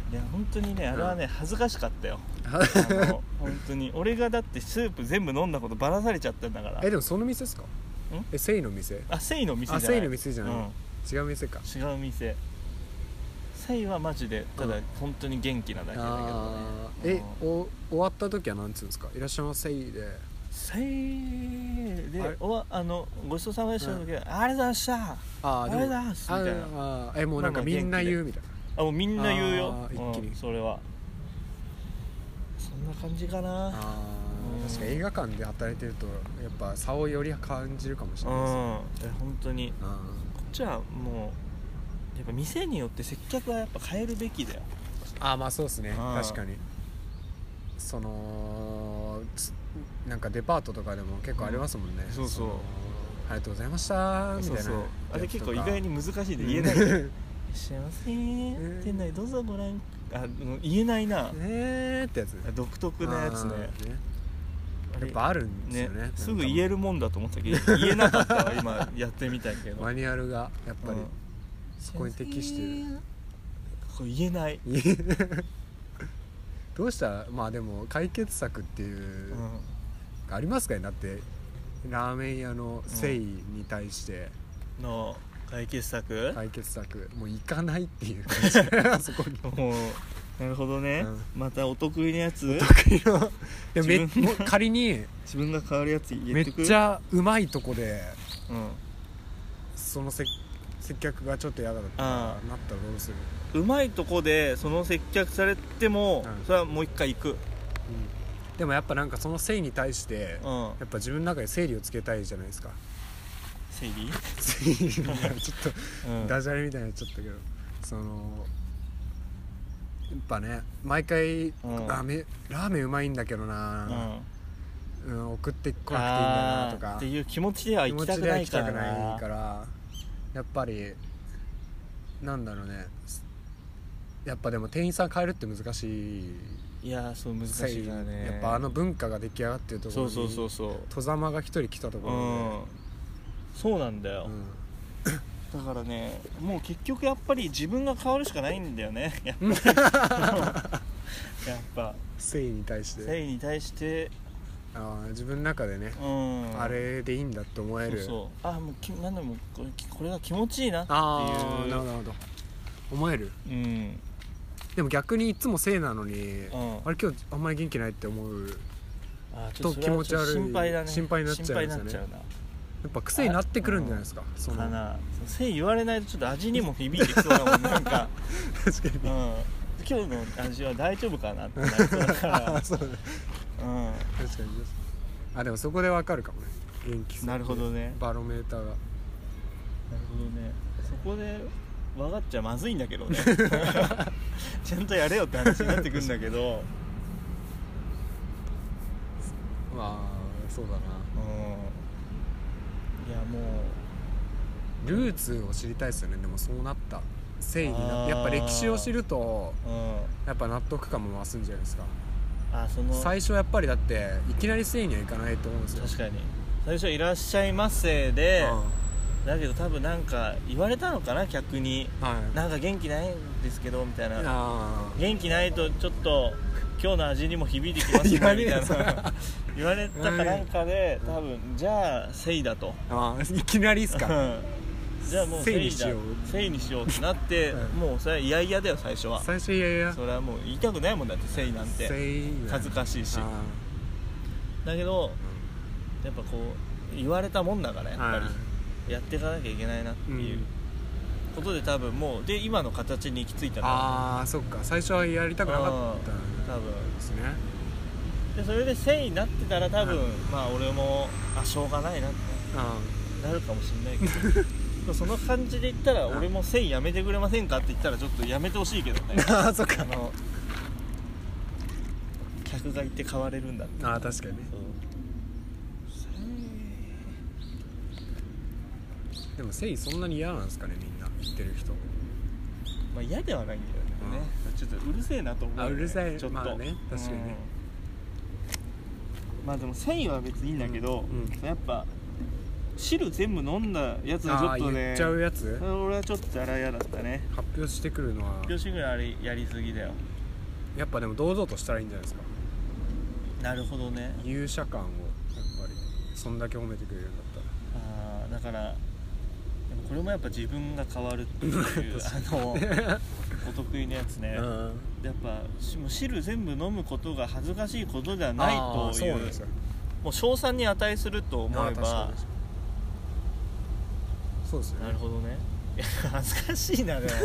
Speaker 2: いや本当にねあれはね恥ずかしかったよ
Speaker 1: だよね
Speaker 2: あ
Speaker 1: [LAUGHS]
Speaker 2: の本当に俺がだってスープ全部飲んだことばらされちゃったんだから
Speaker 1: えでもその店ですかえセイの店
Speaker 2: あセイの店じ
Speaker 1: あセ
Speaker 2: ゃない
Speaker 1: イの店じゃない、違う店か
Speaker 2: うん、違う店セイはマジでただ
Speaker 1: うん
Speaker 2: 本当に元気なだけだけどね
Speaker 1: あ
Speaker 2: けだけ
Speaker 1: ー
Speaker 2: どね
Speaker 1: えお終わった時はなんつうんですか「いらっしゃいませ」で
Speaker 2: せー
Speaker 1: あ
Speaker 2: で
Speaker 1: れ
Speaker 2: おわあのごちそうさまでしたの時は、ありがとうございました
Speaker 1: あーでも
Speaker 2: ありがとうございますみたいな
Speaker 1: あーあーえもうなんかみんな言うみたいな
Speaker 2: あもうみんな言う
Speaker 1: あ
Speaker 2: よ
Speaker 1: ー一気に
Speaker 2: うんそれはそんな感じかな
Speaker 1: あ
Speaker 2: う
Speaker 1: ー
Speaker 2: ん
Speaker 1: 確かに映画館で働いてるとやっぱ差をより感じるかもし
Speaker 2: うん
Speaker 1: れないですね
Speaker 2: え本当に
Speaker 1: あ
Speaker 2: こっちはもうやっぱ店によって接客はやっぱ変えるべきだよ
Speaker 1: ーあーまあそうですね
Speaker 2: うん
Speaker 1: 確かにそのつなんかデパートとかでも結構ありますもんね、
Speaker 2: うんそうそう
Speaker 1: のありがとうございましたみたい
Speaker 2: そう
Speaker 1: な
Speaker 2: そうあれ結構意外に難しいで
Speaker 1: うん
Speaker 2: 言えないんだよいらっしゃいませー
Speaker 1: ん
Speaker 2: 店内どうぞご覧あうん言えないな
Speaker 1: [LAUGHS] えーってやつ
Speaker 2: 独特なやつね
Speaker 1: あー
Speaker 2: あ
Speaker 1: や
Speaker 2: れ
Speaker 1: っぱあるんです
Speaker 2: ね
Speaker 1: よね
Speaker 2: すぐ言え
Speaker 1: る
Speaker 2: るもんだと思ったけ
Speaker 1: [LAUGHS]
Speaker 2: ど言えなかったわ今やってみたけど
Speaker 1: マニュアルがやっぱり、
Speaker 2: うん
Speaker 1: そこに適してる
Speaker 2: これ言えない、
Speaker 1: [LAUGHS] どうしたらまあでも解決策っていう、
Speaker 2: う
Speaker 1: ありますかねだってラーメン屋の誠意に対して
Speaker 2: ん、の解決策、
Speaker 1: 解決策、もう行かないっていう感じだよなそこに
Speaker 2: もうなるほどね、
Speaker 1: うん
Speaker 2: またお得意なやつ
Speaker 1: 得意のでもめ
Speaker 2: 自分
Speaker 1: もう仮に
Speaker 2: 自分が変わるやつ言
Speaker 1: め
Speaker 2: っ
Speaker 1: って
Speaker 2: く
Speaker 1: ちゃうまいとこで
Speaker 2: うん
Speaker 1: そのせ接客がちょっと嫌だった
Speaker 2: あ
Speaker 1: なったらどうする、
Speaker 2: うまいとこでその接客されても、
Speaker 1: うん
Speaker 2: それはもう一回行く、
Speaker 1: でもやっぱなんかその誠意に対して、
Speaker 2: う
Speaker 1: や
Speaker 2: ん、
Speaker 1: っぱ自分の中で整理をつけたいじゃないです [LAUGHS] か
Speaker 2: 整理、
Speaker 1: 整理みたいなちょっと
Speaker 2: うん、
Speaker 1: ダジャレみたいになっちゃったけどそのやっぱね毎回、
Speaker 2: ん
Speaker 1: あめラーメンうまいんだけど
Speaker 2: うん
Speaker 1: な、うん送ってこなくていいんだ
Speaker 2: あ
Speaker 1: な
Speaker 2: ー
Speaker 1: とか
Speaker 2: っていう気持ちでは
Speaker 1: 気
Speaker 2: 行
Speaker 1: 持
Speaker 2: き
Speaker 1: ち
Speaker 2: たく
Speaker 1: では
Speaker 2: な
Speaker 1: 行
Speaker 2: い
Speaker 1: き
Speaker 2: か
Speaker 1: た
Speaker 2: ら
Speaker 1: くないかららやっぱりなんだろうねやっぱでも店員さん変えるって難しい
Speaker 2: いやーそう難しいからね
Speaker 1: やっぱあの文化が出来上がってるとこ
Speaker 2: そ
Speaker 1: ろ
Speaker 2: う
Speaker 1: に
Speaker 2: そうそうそう
Speaker 1: 戸ざまが一人来たところ
Speaker 2: うんそうなんだよ、
Speaker 1: で、うん
Speaker 2: だからねもう結局やっぱり自分が変わるしかないんだ
Speaker 1: [LAUGHS]
Speaker 2: よねやっぱりやっぱ
Speaker 1: 誠意に対して
Speaker 2: 誠意に対して
Speaker 1: あー自分の中でね、
Speaker 2: うん
Speaker 1: あれでいいんだって思え
Speaker 2: そう
Speaker 1: る
Speaker 2: そうあもうきなんだろうもうこれこれが気持ちいいなって
Speaker 1: ああ
Speaker 2: い
Speaker 1: なるほ
Speaker 2: う
Speaker 1: どなるほど思える
Speaker 2: うん
Speaker 1: でも逆にいつもせいなのに、
Speaker 2: うん
Speaker 1: あれ今日あんまり元気ないって思う
Speaker 2: あ
Speaker 1: ちょっと気持ち悪い
Speaker 2: それはょっと心配だね
Speaker 1: 心配になっちゃいますよね
Speaker 2: 心配になっちゃうな
Speaker 1: やっぱ癖になってくるんじゃないですかその
Speaker 2: かなせい言われないとちょっと味にも響いてきそうだもんなんか、
Speaker 1: 確かに
Speaker 2: うん、今日の味は大丈夫かなってなりそうだか
Speaker 1: あー、 [LAUGHS]
Speaker 2: ら
Speaker 1: そうだね
Speaker 2: う
Speaker 1: 確かにあでもそこでわかるかもね元気
Speaker 2: ん、なるほどね
Speaker 1: バロメーターが
Speaker 2: なるほどねそこで分かっちゃまずいんだけど
Speaker 1: [LAUGHS]
Speaker 2: ねちゃんとやれよって話になってくんだ
Speaker 1: [LAUGHS]
Speaker 2: けど
Speaker 1: まあそうだな
Speaker 2: うんいやもう
Speaker 1: ルーツを知りたいですよねでもそうなった正義になってやっぱ歴史を知ると
Speaker 2: うん
Speaker 1: やっぱ納得感も増すんじゃないですか
Speaker 2: あその
Speaker 1: 最初やっぱりだっていきなり正義にはいかないと思うんですよ
Speaker 2: 確かに最初「いらっしゃいませで」
Speaker 1: う
Speaker 2: だけど多分なんか言われたのかな客に
Speaker 1: んはい
Speaker 2: なんか元気ないんですけどみたいな
Speaker 1: あ
Speaker 2: 元気ないとちょっと今日の味にも響いてきますね
Speaker 1: [LAUGHS] 言われ
Speaker 2: み
Speaker 1: る
Speaker 2: た
Speaker 1: や
Speaker 2: い
Speaker 1: つ
Speaker 2: な言われたかなんかで多分じゃあせいだと
Speaker 1: ーあーいきなりっす
Speaker 2: [LAUGHS]
Speaker 1: か
Speaker 2: うんじゃあもう
Speaker 1: せいに
Speaker 2: せいだ
Speaker 1: しよう
Speaker 2: せいにしようってなって、
Speaker 1: [LAUGHS] うん
Speaker 2: もうそれは嫌々だよ最初は
Speaker 1: 最初いやいや
Speaker 2: それはもう言いたくないもんだってせいなんて
Speaker 1: 正義
Speaker 2: 恥ずかしいし
Speaker 1: あ
Speaker 2: だけどやっぱこう言われたもんだから
Speaker 1: ー
Speaker 2: やっぱ
Speaker 1: は
Speaker 2: りやっていかなきゃいけないなっていうことで多分もうで今の形に行き着いたか
Speaker 1: ああそっか最初はやりたくなかったん
Speaker 2: ら多分
Speaker 1: ですね
Speaker 2: でそれでせいになってたら多分、
Speaker 1: うん
Speaker 2: まあ俺もあしょうがないなって
Speaker 1: う
Speaker 2: なるかもしれない
Speaker 1: [LAUGHS]
Speaker 2: けどでもその感じで言ったら
Speaker 1: うん
Speaker 2: 俺もせいやめてくれませんかって言ったらちょっとやめてほしいけどね
Speaker 1: ん
Speaker 2: [LAUGHS]
Speaker 1: ああそっか
Speaker 2: あの客がいて買われるんだって
Speaker 1: ああ確かにね
Speaker 2: そう
Speaker 1: でも誠意そんなに嫌なんですかねみんな言ってる人
Speaker 2: まあ嫌ではないんだよね、ちょっとうるせえなと思う、
Speaker 1: あうるさい
Speaker 2: ちょっと、
Speaker 1: まあね確かにね
Speaker 2: うんまあでも繊維は別にいいんだけど、
Speaker 1: う
Speaker 2: やっぱ汁全部飲んだやつがちょ
Speaker 1: あ
Speaker 2: っ
Speaker 1: あ
Speaker 2: とね
Speaker 1: 言っちゃうやつ
Speaker 2: それ俺はちょっとあら嫌だったね
Speaker 1: 発表してくるのは
Speaker 2: 両親ぐらいあれやりすぎだよ
Speaker 1: やっぱでも堂々としたらいいんじゃないですか
Speaker 2: なるほどね
Speaker 1: 勇者感をやっぱりそんだけ褒めてくれるんだったら
Speaker 2: あーだからでもこれもやっぱ自分が変わるっていう
Speaker 1: [LAUGHS]
Speaker 2: あのお得意のやつね、
Speaker 1: うん
Speaker 2: やっぱしもう汁全部飲むことが恥ずかしいことでは [LAUGHS] ない
Speaker 1: ああ
Speaker 2: と
Speaker 1: そう
Speaker 2: いう
Speaker 1: なんですよ
Speaker 2: もう称賛に値すると思
Speaker 1: あ
Speaker 2: え
Speaker 1: あ確
Speaker 2: ば
Speaker 1: かにそうですよ
Speaker 2: な
Speaker 1: ね
Speaker 2: るほどねいや恥ずかしいなでも
Speaker 1: [LAUGHS] い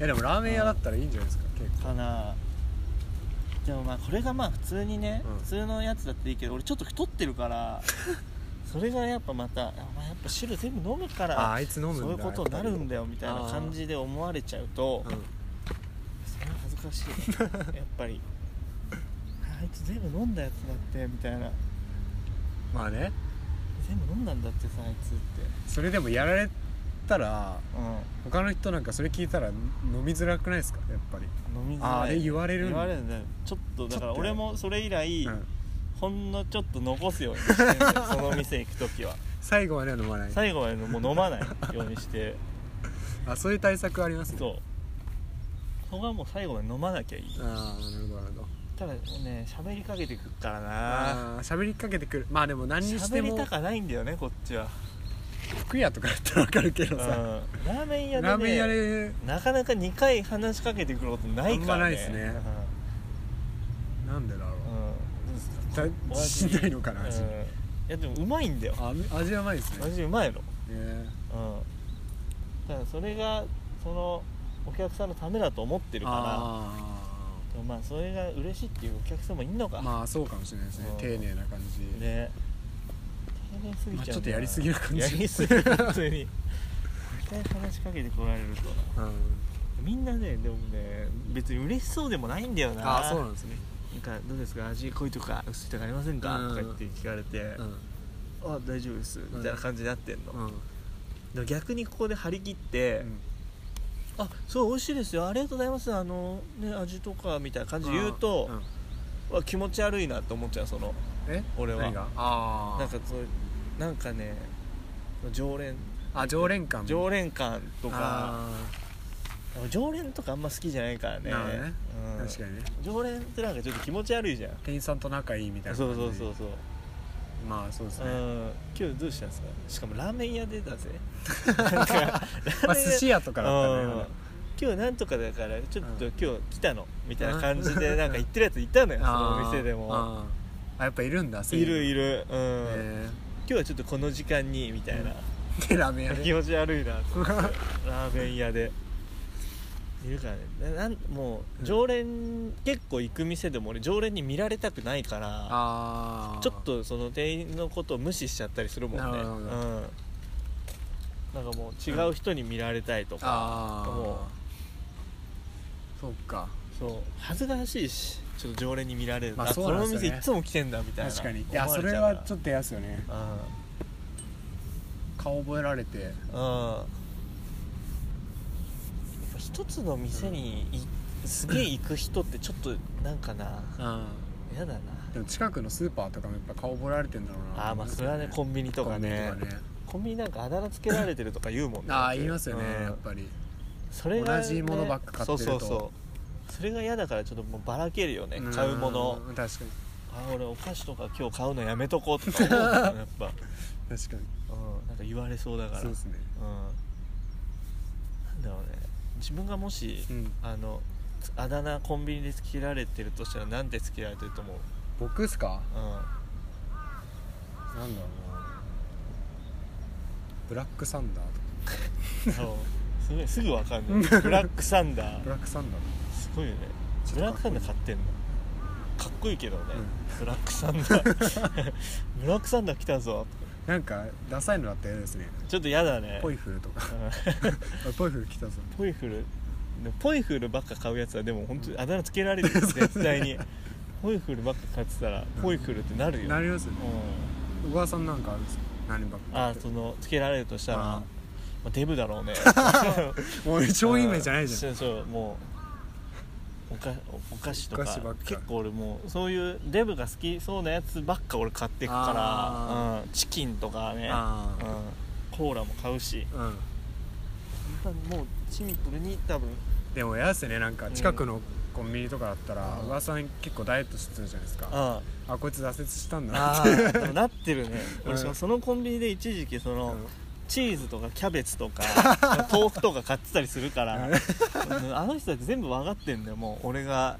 Speaker 1: やでもラーメン屋だったらいいんじゃないですか結構
Speaker 2: かなでもまあこれがまあ普通にね、
Speaker 1: うん
Speaker 2: 普通のやつだっていいけど俺ちょっと太ってるから
Speaker 1: [LAUGHS]
Speaker 2: それがやっぱまたあお前やっぱ汁全部飲む
Speaker 1: あ
Speaker 2: か
Speaker 1: あ
Speaker 2: ら
Speaker 1: あいつ飲むんだ
Speaker 2: そういうことになるんだよみたいな
Speaker 1: あー
Speaker 2: 感じで思われちゃうと、
Speaker 1: うん
Speaker 2: それは恥ずかしいな
Speaker 1: [LAUGHS]
Speaker 2: やっぱりあいつ全部飲んだやつだってみたいな
Speaker 1: まあね
Speaker 2: 全部飲んだんだってさあいつって
Speaker 1: それでもやられたら
Speaker 2: う
Speaker 1: 他の人なんかそれ聞いたら飲みづらくないですかやっぱり
Speaker 2: ん飲みづらい
Speaker 1: ああれ言われるんだ
Speaker 2: 言われるんだよちょっとだから俺もそれ以来、
Speaker 1: うん
Speaker 2: ほんのちょっと残すようにしてん
Speaker 1: [LAUGHS]
Speaker 2: だよその店行く時は
Speaker 1: 最後までは飲まない
Speaker 2: 最後までもう飲まないように
Speaker 1: [LAUGHS]
Speaker 2: して
Speaker 1: あそういう対策ありますね
Speaker 2: そうそこはもう最後まで飲まなきゃいい
Speaker 1: ああなるほどなるほど
Speaker 2: ただね喋りかけてくっからな
Speaker 1: ああ喋りかけてくるまあでも何にして
Speaker 2: 喋り
Speaker 1: も
Speaker 2: たかないんだよねこっちは、
Speaker 1: 服屋とかだったら分かるけ
Speaker 2: う
Speaker 1: ど
Speaker 2: ん、
Speaker 1: さ
Speaker 2: ラーメン屋で、ね、
Speaker 1: ラーメン屋で
Speaker 2: なかなか2回話しかけてくることないからね
Speaker 1: あんまないですねなんでだろ
Speaker 2: うん、うん
Speaker 1: うだ自信ないのかな
Speaker 2: うん、い
Speaker 1: 味
Speaker 2: やでもうまいんだよ
Speaker 1: あ味はうまいですね
Speaker 2: 味うまいの
Speaker 1: え
Speaker 2: うんだからそれがそのお客さんのためだと思って
Speaker 1: え
Speaker 2: るか
Speaker 1: あ
Speaker 2: らでもまあそれが嬉しいっていうお客さんもいんの
Speaker 1: あ
Speaker 2: か、
Speaker 1: まあそうかもしれないですね
Speaker 2: うん
Speaker 1: 丁寧な感じ
Speaker 2: ね丁寧すぎちゃ
Speaker 1: まあちょ
Speaker 2: うんだよな、
Speaker 1: っとやりすぎな感じ
Speaker 2: やりすぎ本当に絶対話しかけてこられるとな
Speaker 1: うん
Speaker 2: みんなねでもね別に嬉しそうでもないんだよな
Speaker 1: ああそうなんですね
Speaker 2: なんかどうですか味濃いとか薄いとかありませんか、
Speaker 1: うん
Speaker 2: とか言って聞かれて、
Speaker 1: うん
Speaker 2: あ大丈夫ですみたいな感じになってんの、
Speaker 1: うん
Speaker 2: でも逆にここで張り切って、
Speaker 1: うん
Speaker 2: あそう美味しいですよありがとうございますあのね味とかみたいな感じで言うと、
Speaker 1: ん
Speaker 2: わ気持ち悪いなって思っちゃうその
Speaker 1: え
Speaker 2: 俺は
Speaker 1: 何があ
Speaker 2: なん
Speaker 1: あ
Speaker 2: かそうなんかね常連
Speaker 1: あ常連感
Speaker 2: 常連感とか
Speaker 1: あ
Speaker 2: でも常連とかあんま好きじゃないからね
Speaker 1: なるほどね
Speaker 2: うん、
Speaker 1: 確かにね
Speaker 2: 常連ってなんかちょっと気持ち悪いじゃん
Speaker 1: 店員さんと仲いいみたいな
Speaker 2: そ
Speaker 1: 感
Speaker 2: う
Speaker 1: じ
Speaker 2: そうそうそう、
Speaker 1: まあそうです
Speaker 2: う
Speaker 1: ね
Speaker 2: ん今日どうしたんですかしかもラーメン屋でだ
Speaker 1: [LAUGHS]
Speaker 2: ぜなんかラー
Speaker 1: まあ
Speaker 2: メン
Speaker 1: 寿司屋とかだった
Speaker 2: うん
Speaker 1: ね
Speaker 2: 今日なんとかだからちょっと
Speaker 1: うん
Speaker 2: 今日来たのみたいな感じでなんか言ってるやついたのよそのお店でも
Speaker 1: あーあやっぱいるんだ
Speaker 2: いるい
Speaker 1: る
Speaker 2: るうん、
Speaker 1: え
Speaker 2: 今日はちょっとこの時間にみたいな、
Speaker 1: ーでラーメン屋
Speaker 2: 気
Speaker 1: で
Speaker 2: 持ち悪い
Speaker 1: [LAUGHS]
Speaker 2: なと思ってラーメン屋でいるからねななんもう常連、結構行く店でも俺常連に見られたくないから
Speaker 1: ああ
Speaker 2: ちょっとその店員のことを無視しちゃったりするもんね
Speaker 1: なるほど
Speaker 2: うん
Speaker 1: なる
Speaker 2: なんかもう違う人に見られたいとか、
Speaker 1: あ
Speaker 2: も
Speaker 1: あそっか
Speaker 2: そう恥ずかしいしちょっと常連に見られる、
Speaker 1: まあ
Speaker 2: あ
Speaker 1: そうなんで
Speaker 2: この
Speaker 1: すよ
Speaker 2: 店
Speaker 1: ね
Speaker 2: いつも来てんだみたいな
Speaker 1: 確かにいやそれはちょっとやすよね
Speaker 2: と
Speaker 1: 顔覚えられて
Speaker 2: うんやっぱ一つの店にいすげえ行く人ってちょっとなんかな嫌だな
Speaker 1: でも近くのスーパーとかもやっぱ顔覚えられてんだろうな
Speaker 2: あーまあそれはねコンビニとかね
Speaker 1: コンビニとかね
Speaker 2: コンビニなんかあだ名つけられてるとか言うもんね
Speaker 1: ああ言いますよね
Speaker 2: うん
Speaker 1: やっぱり
Speaker 2: それがね
Speaker 1: 同じものばっか買ってると
Speaker 2: そうそうそうそれが嫌だからちょっともうばらけるよね買うもの
Speaker 1: うん確かに
Speaker 2: あー俺お菓子とか今日買うのやめとこうとか思うもんねやっ
Speaker 1: 確かに
Speaker 2: ぱ、うん、なんか言われそうだから
Speaker 1: そうですね
Speaker 2: うんなんだろうね自分がもし、
Speaker 1: うん
Speaker 2: あのつあだ名コンビニでつけられてるとしたらなんてつけられてると思う、
Speaker 1: 僕っすか
Speaker 2: う
Speaker 1: なんだろうなブラックサンダーとか
Speaker 2: ん、そう [LAUGHS] すごいすぐわか
Speaker 1: [LAUGHS]
Speaker 2: んないブラックサンダー
Speaker 1: ブラックサンダー
Speaker 2: すごいよね
Speaker 1: ちょっ
Speaker 2: ブ
Speaker 1: と
Speaker 2: ラ
Speaker 1: か
Speaker 2: ッ
Speaker 1: っこいい
Speaker 2: クサンダー買ってんのかっこいいけどね、
Speaker 1: う
Speaker 2: ブラックサンダ
Speaker 1: [LAUGHS]
Speaker 2: ーブラックサンダー来たぞ
Speaker 1: なんかダサいのだったら嫌ですね
Speaker 2: ちょっとやだね
Speaker 1: ポイフルとか [LAUGHS]
Speaker 2: うん
Speaker 1: あポイフル来たぞ
Speaker 2: ポイフルでもポイフルばっか買うやつはでも本当にあだ名つけられるよ絶対にポイフルばっか買ってたらポイフルってなるよ、
Speaker 1: な
Speaker 2: うん、
Speaker 1: りますよね小川さんなんかあるんですか何ばっか
Speaker 2: あーそのつけられるとしたら
Speaker 1: あー
Speaker 2: まあ、デブだろう
Speaker 1: [LAUGHS]
Speaker 2: ね
Speaker 1: もう超有名じゃないじゃ
Speaker 2: ゃんそうそうもうおかおお菓子とか
Speaker 1: お菓子ばっか
Speaker 2: 結構俺もうそういうデブが好きそうなやつばっか俺買ってくから
Speaker 1: あ、
Speaker 2: うん、チキンとかね、
Speaker 1: あー
Speaker 2: うん、コーラも買うし
Speaker 1: んうん
Speaker 2: 本当にもうシンプルに多分
Speaker 1: でも嫌ですねなんか近くのコンビニとかだったら
Speaker 2: うん
Speaker 1: 小川さん結構ダイエットしてるじゃないですか
Speaker 2: あ
Speaker 1: あこいつ挫折したんだな
Speaker 2: あ
Speaker 1: っ
Speaker 2: ーでもなってるね俺
Speaker 1: [LAUGHS] うん
Speaker 2: そのコンビニで一時期その、
Speaker 1: うん
Speaker 2: チーズとかキャベツと
Speaker 1: [LAUGHS]
Speaker 2: か豆腐とか買ってたりするから
Speaker 1: うん
Speaker 2: うんあの人たち全部分かってんだよもう俺が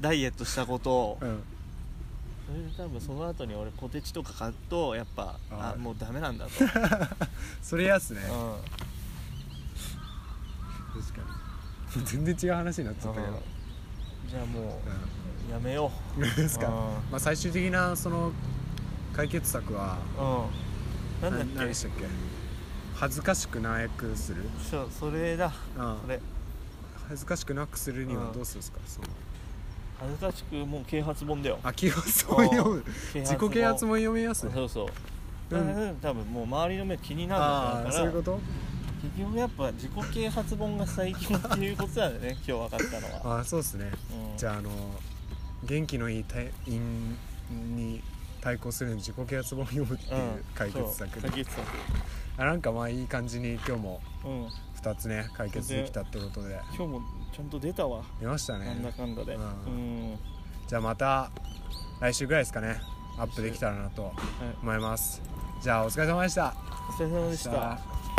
Speaker 2: ダイエットしたことを
Speaker 1: てうん
Speaker 2: それで多分その後に俺ポテチとか買うとやっぱあ
Speaker 1: あー
Speaker 2: もうダメなんだと、うん、
Speaker 1: それ嫌っすね確かに全然違う話になっちゃったけど
Speaker 2: じゃあも
Speaker 1: うん
Speaker 2: うやめよ
Speaker 1: [LAUGHS]
Speaker 2: う
Speaker 1: ですか
Speaker 2: うん
Speaker 1: まあ、最終的なその解決策は
Speaker 2: うんなんだっ
Speaker 1: な
Speaker 2: け
Speaker 1: 何でしたっけ恥ずかしくなくする、
Speaker 2: そうそれだ
Speaker 1: うん
Speaker 2: それ
Speaker 1: 恥ずかしくなくするに
Speaker 2: う
Speaker 1: は
Speaker 2: ん
Speaker 1: どうするんですか、その
Speaker 2: 恥ずかしくもう啓発本だよ
Speaker 1: あ啓発も読む
Speaker 2: 啓発
Speaker 1: 自
Speaker 2: 本
Speaker 1: 己啓発も読みますね
Speaker 2: そうそう
Speaker 1: う
Speaker 2: だ
Speaker 1: ん
Speaker 2: から多分もう周りの目気にな
Speaker 1: あ
Speaker 2: るん
Speaker 1: あ
Speaker 2: だ
Speaker 1: そう
Speaker 2: か
Speaker 1: いう
Speaker 2: ら
Speaker 1: こ
Speaker 2: 結
Speaker 1: と
Speaker 2: 局やっぱ自己啓発本が最近っていうことだよね [LAUGHS] 今日分かったのは、
Speaker 1: ああそうですね
Speaker 2: うん、
Speaker 1: じゃああの元気のいい隊員に対抗するのに自己啓発本を読むっていう
Speaker 2: うん
Speaker 1: 解決策
Speaker 2: そう
Speaker 1: で、
Speaker 2: 解決策
Speaker 1: あなんかまあいい感じに今日も
Speaker 2: うん
Speaker 1: 2つね解決できたってことで
Speaker 2: 今日もちゃんと出たわ、
Speaker 1: 出ましたね
Speaker 2: なんだかんだでう、
Speaker 1: うんじゃあまた来週ぐらいですかねアップできたらなと思います、じゃあお疲れ様でした
Speaker 2: お疲れ様でした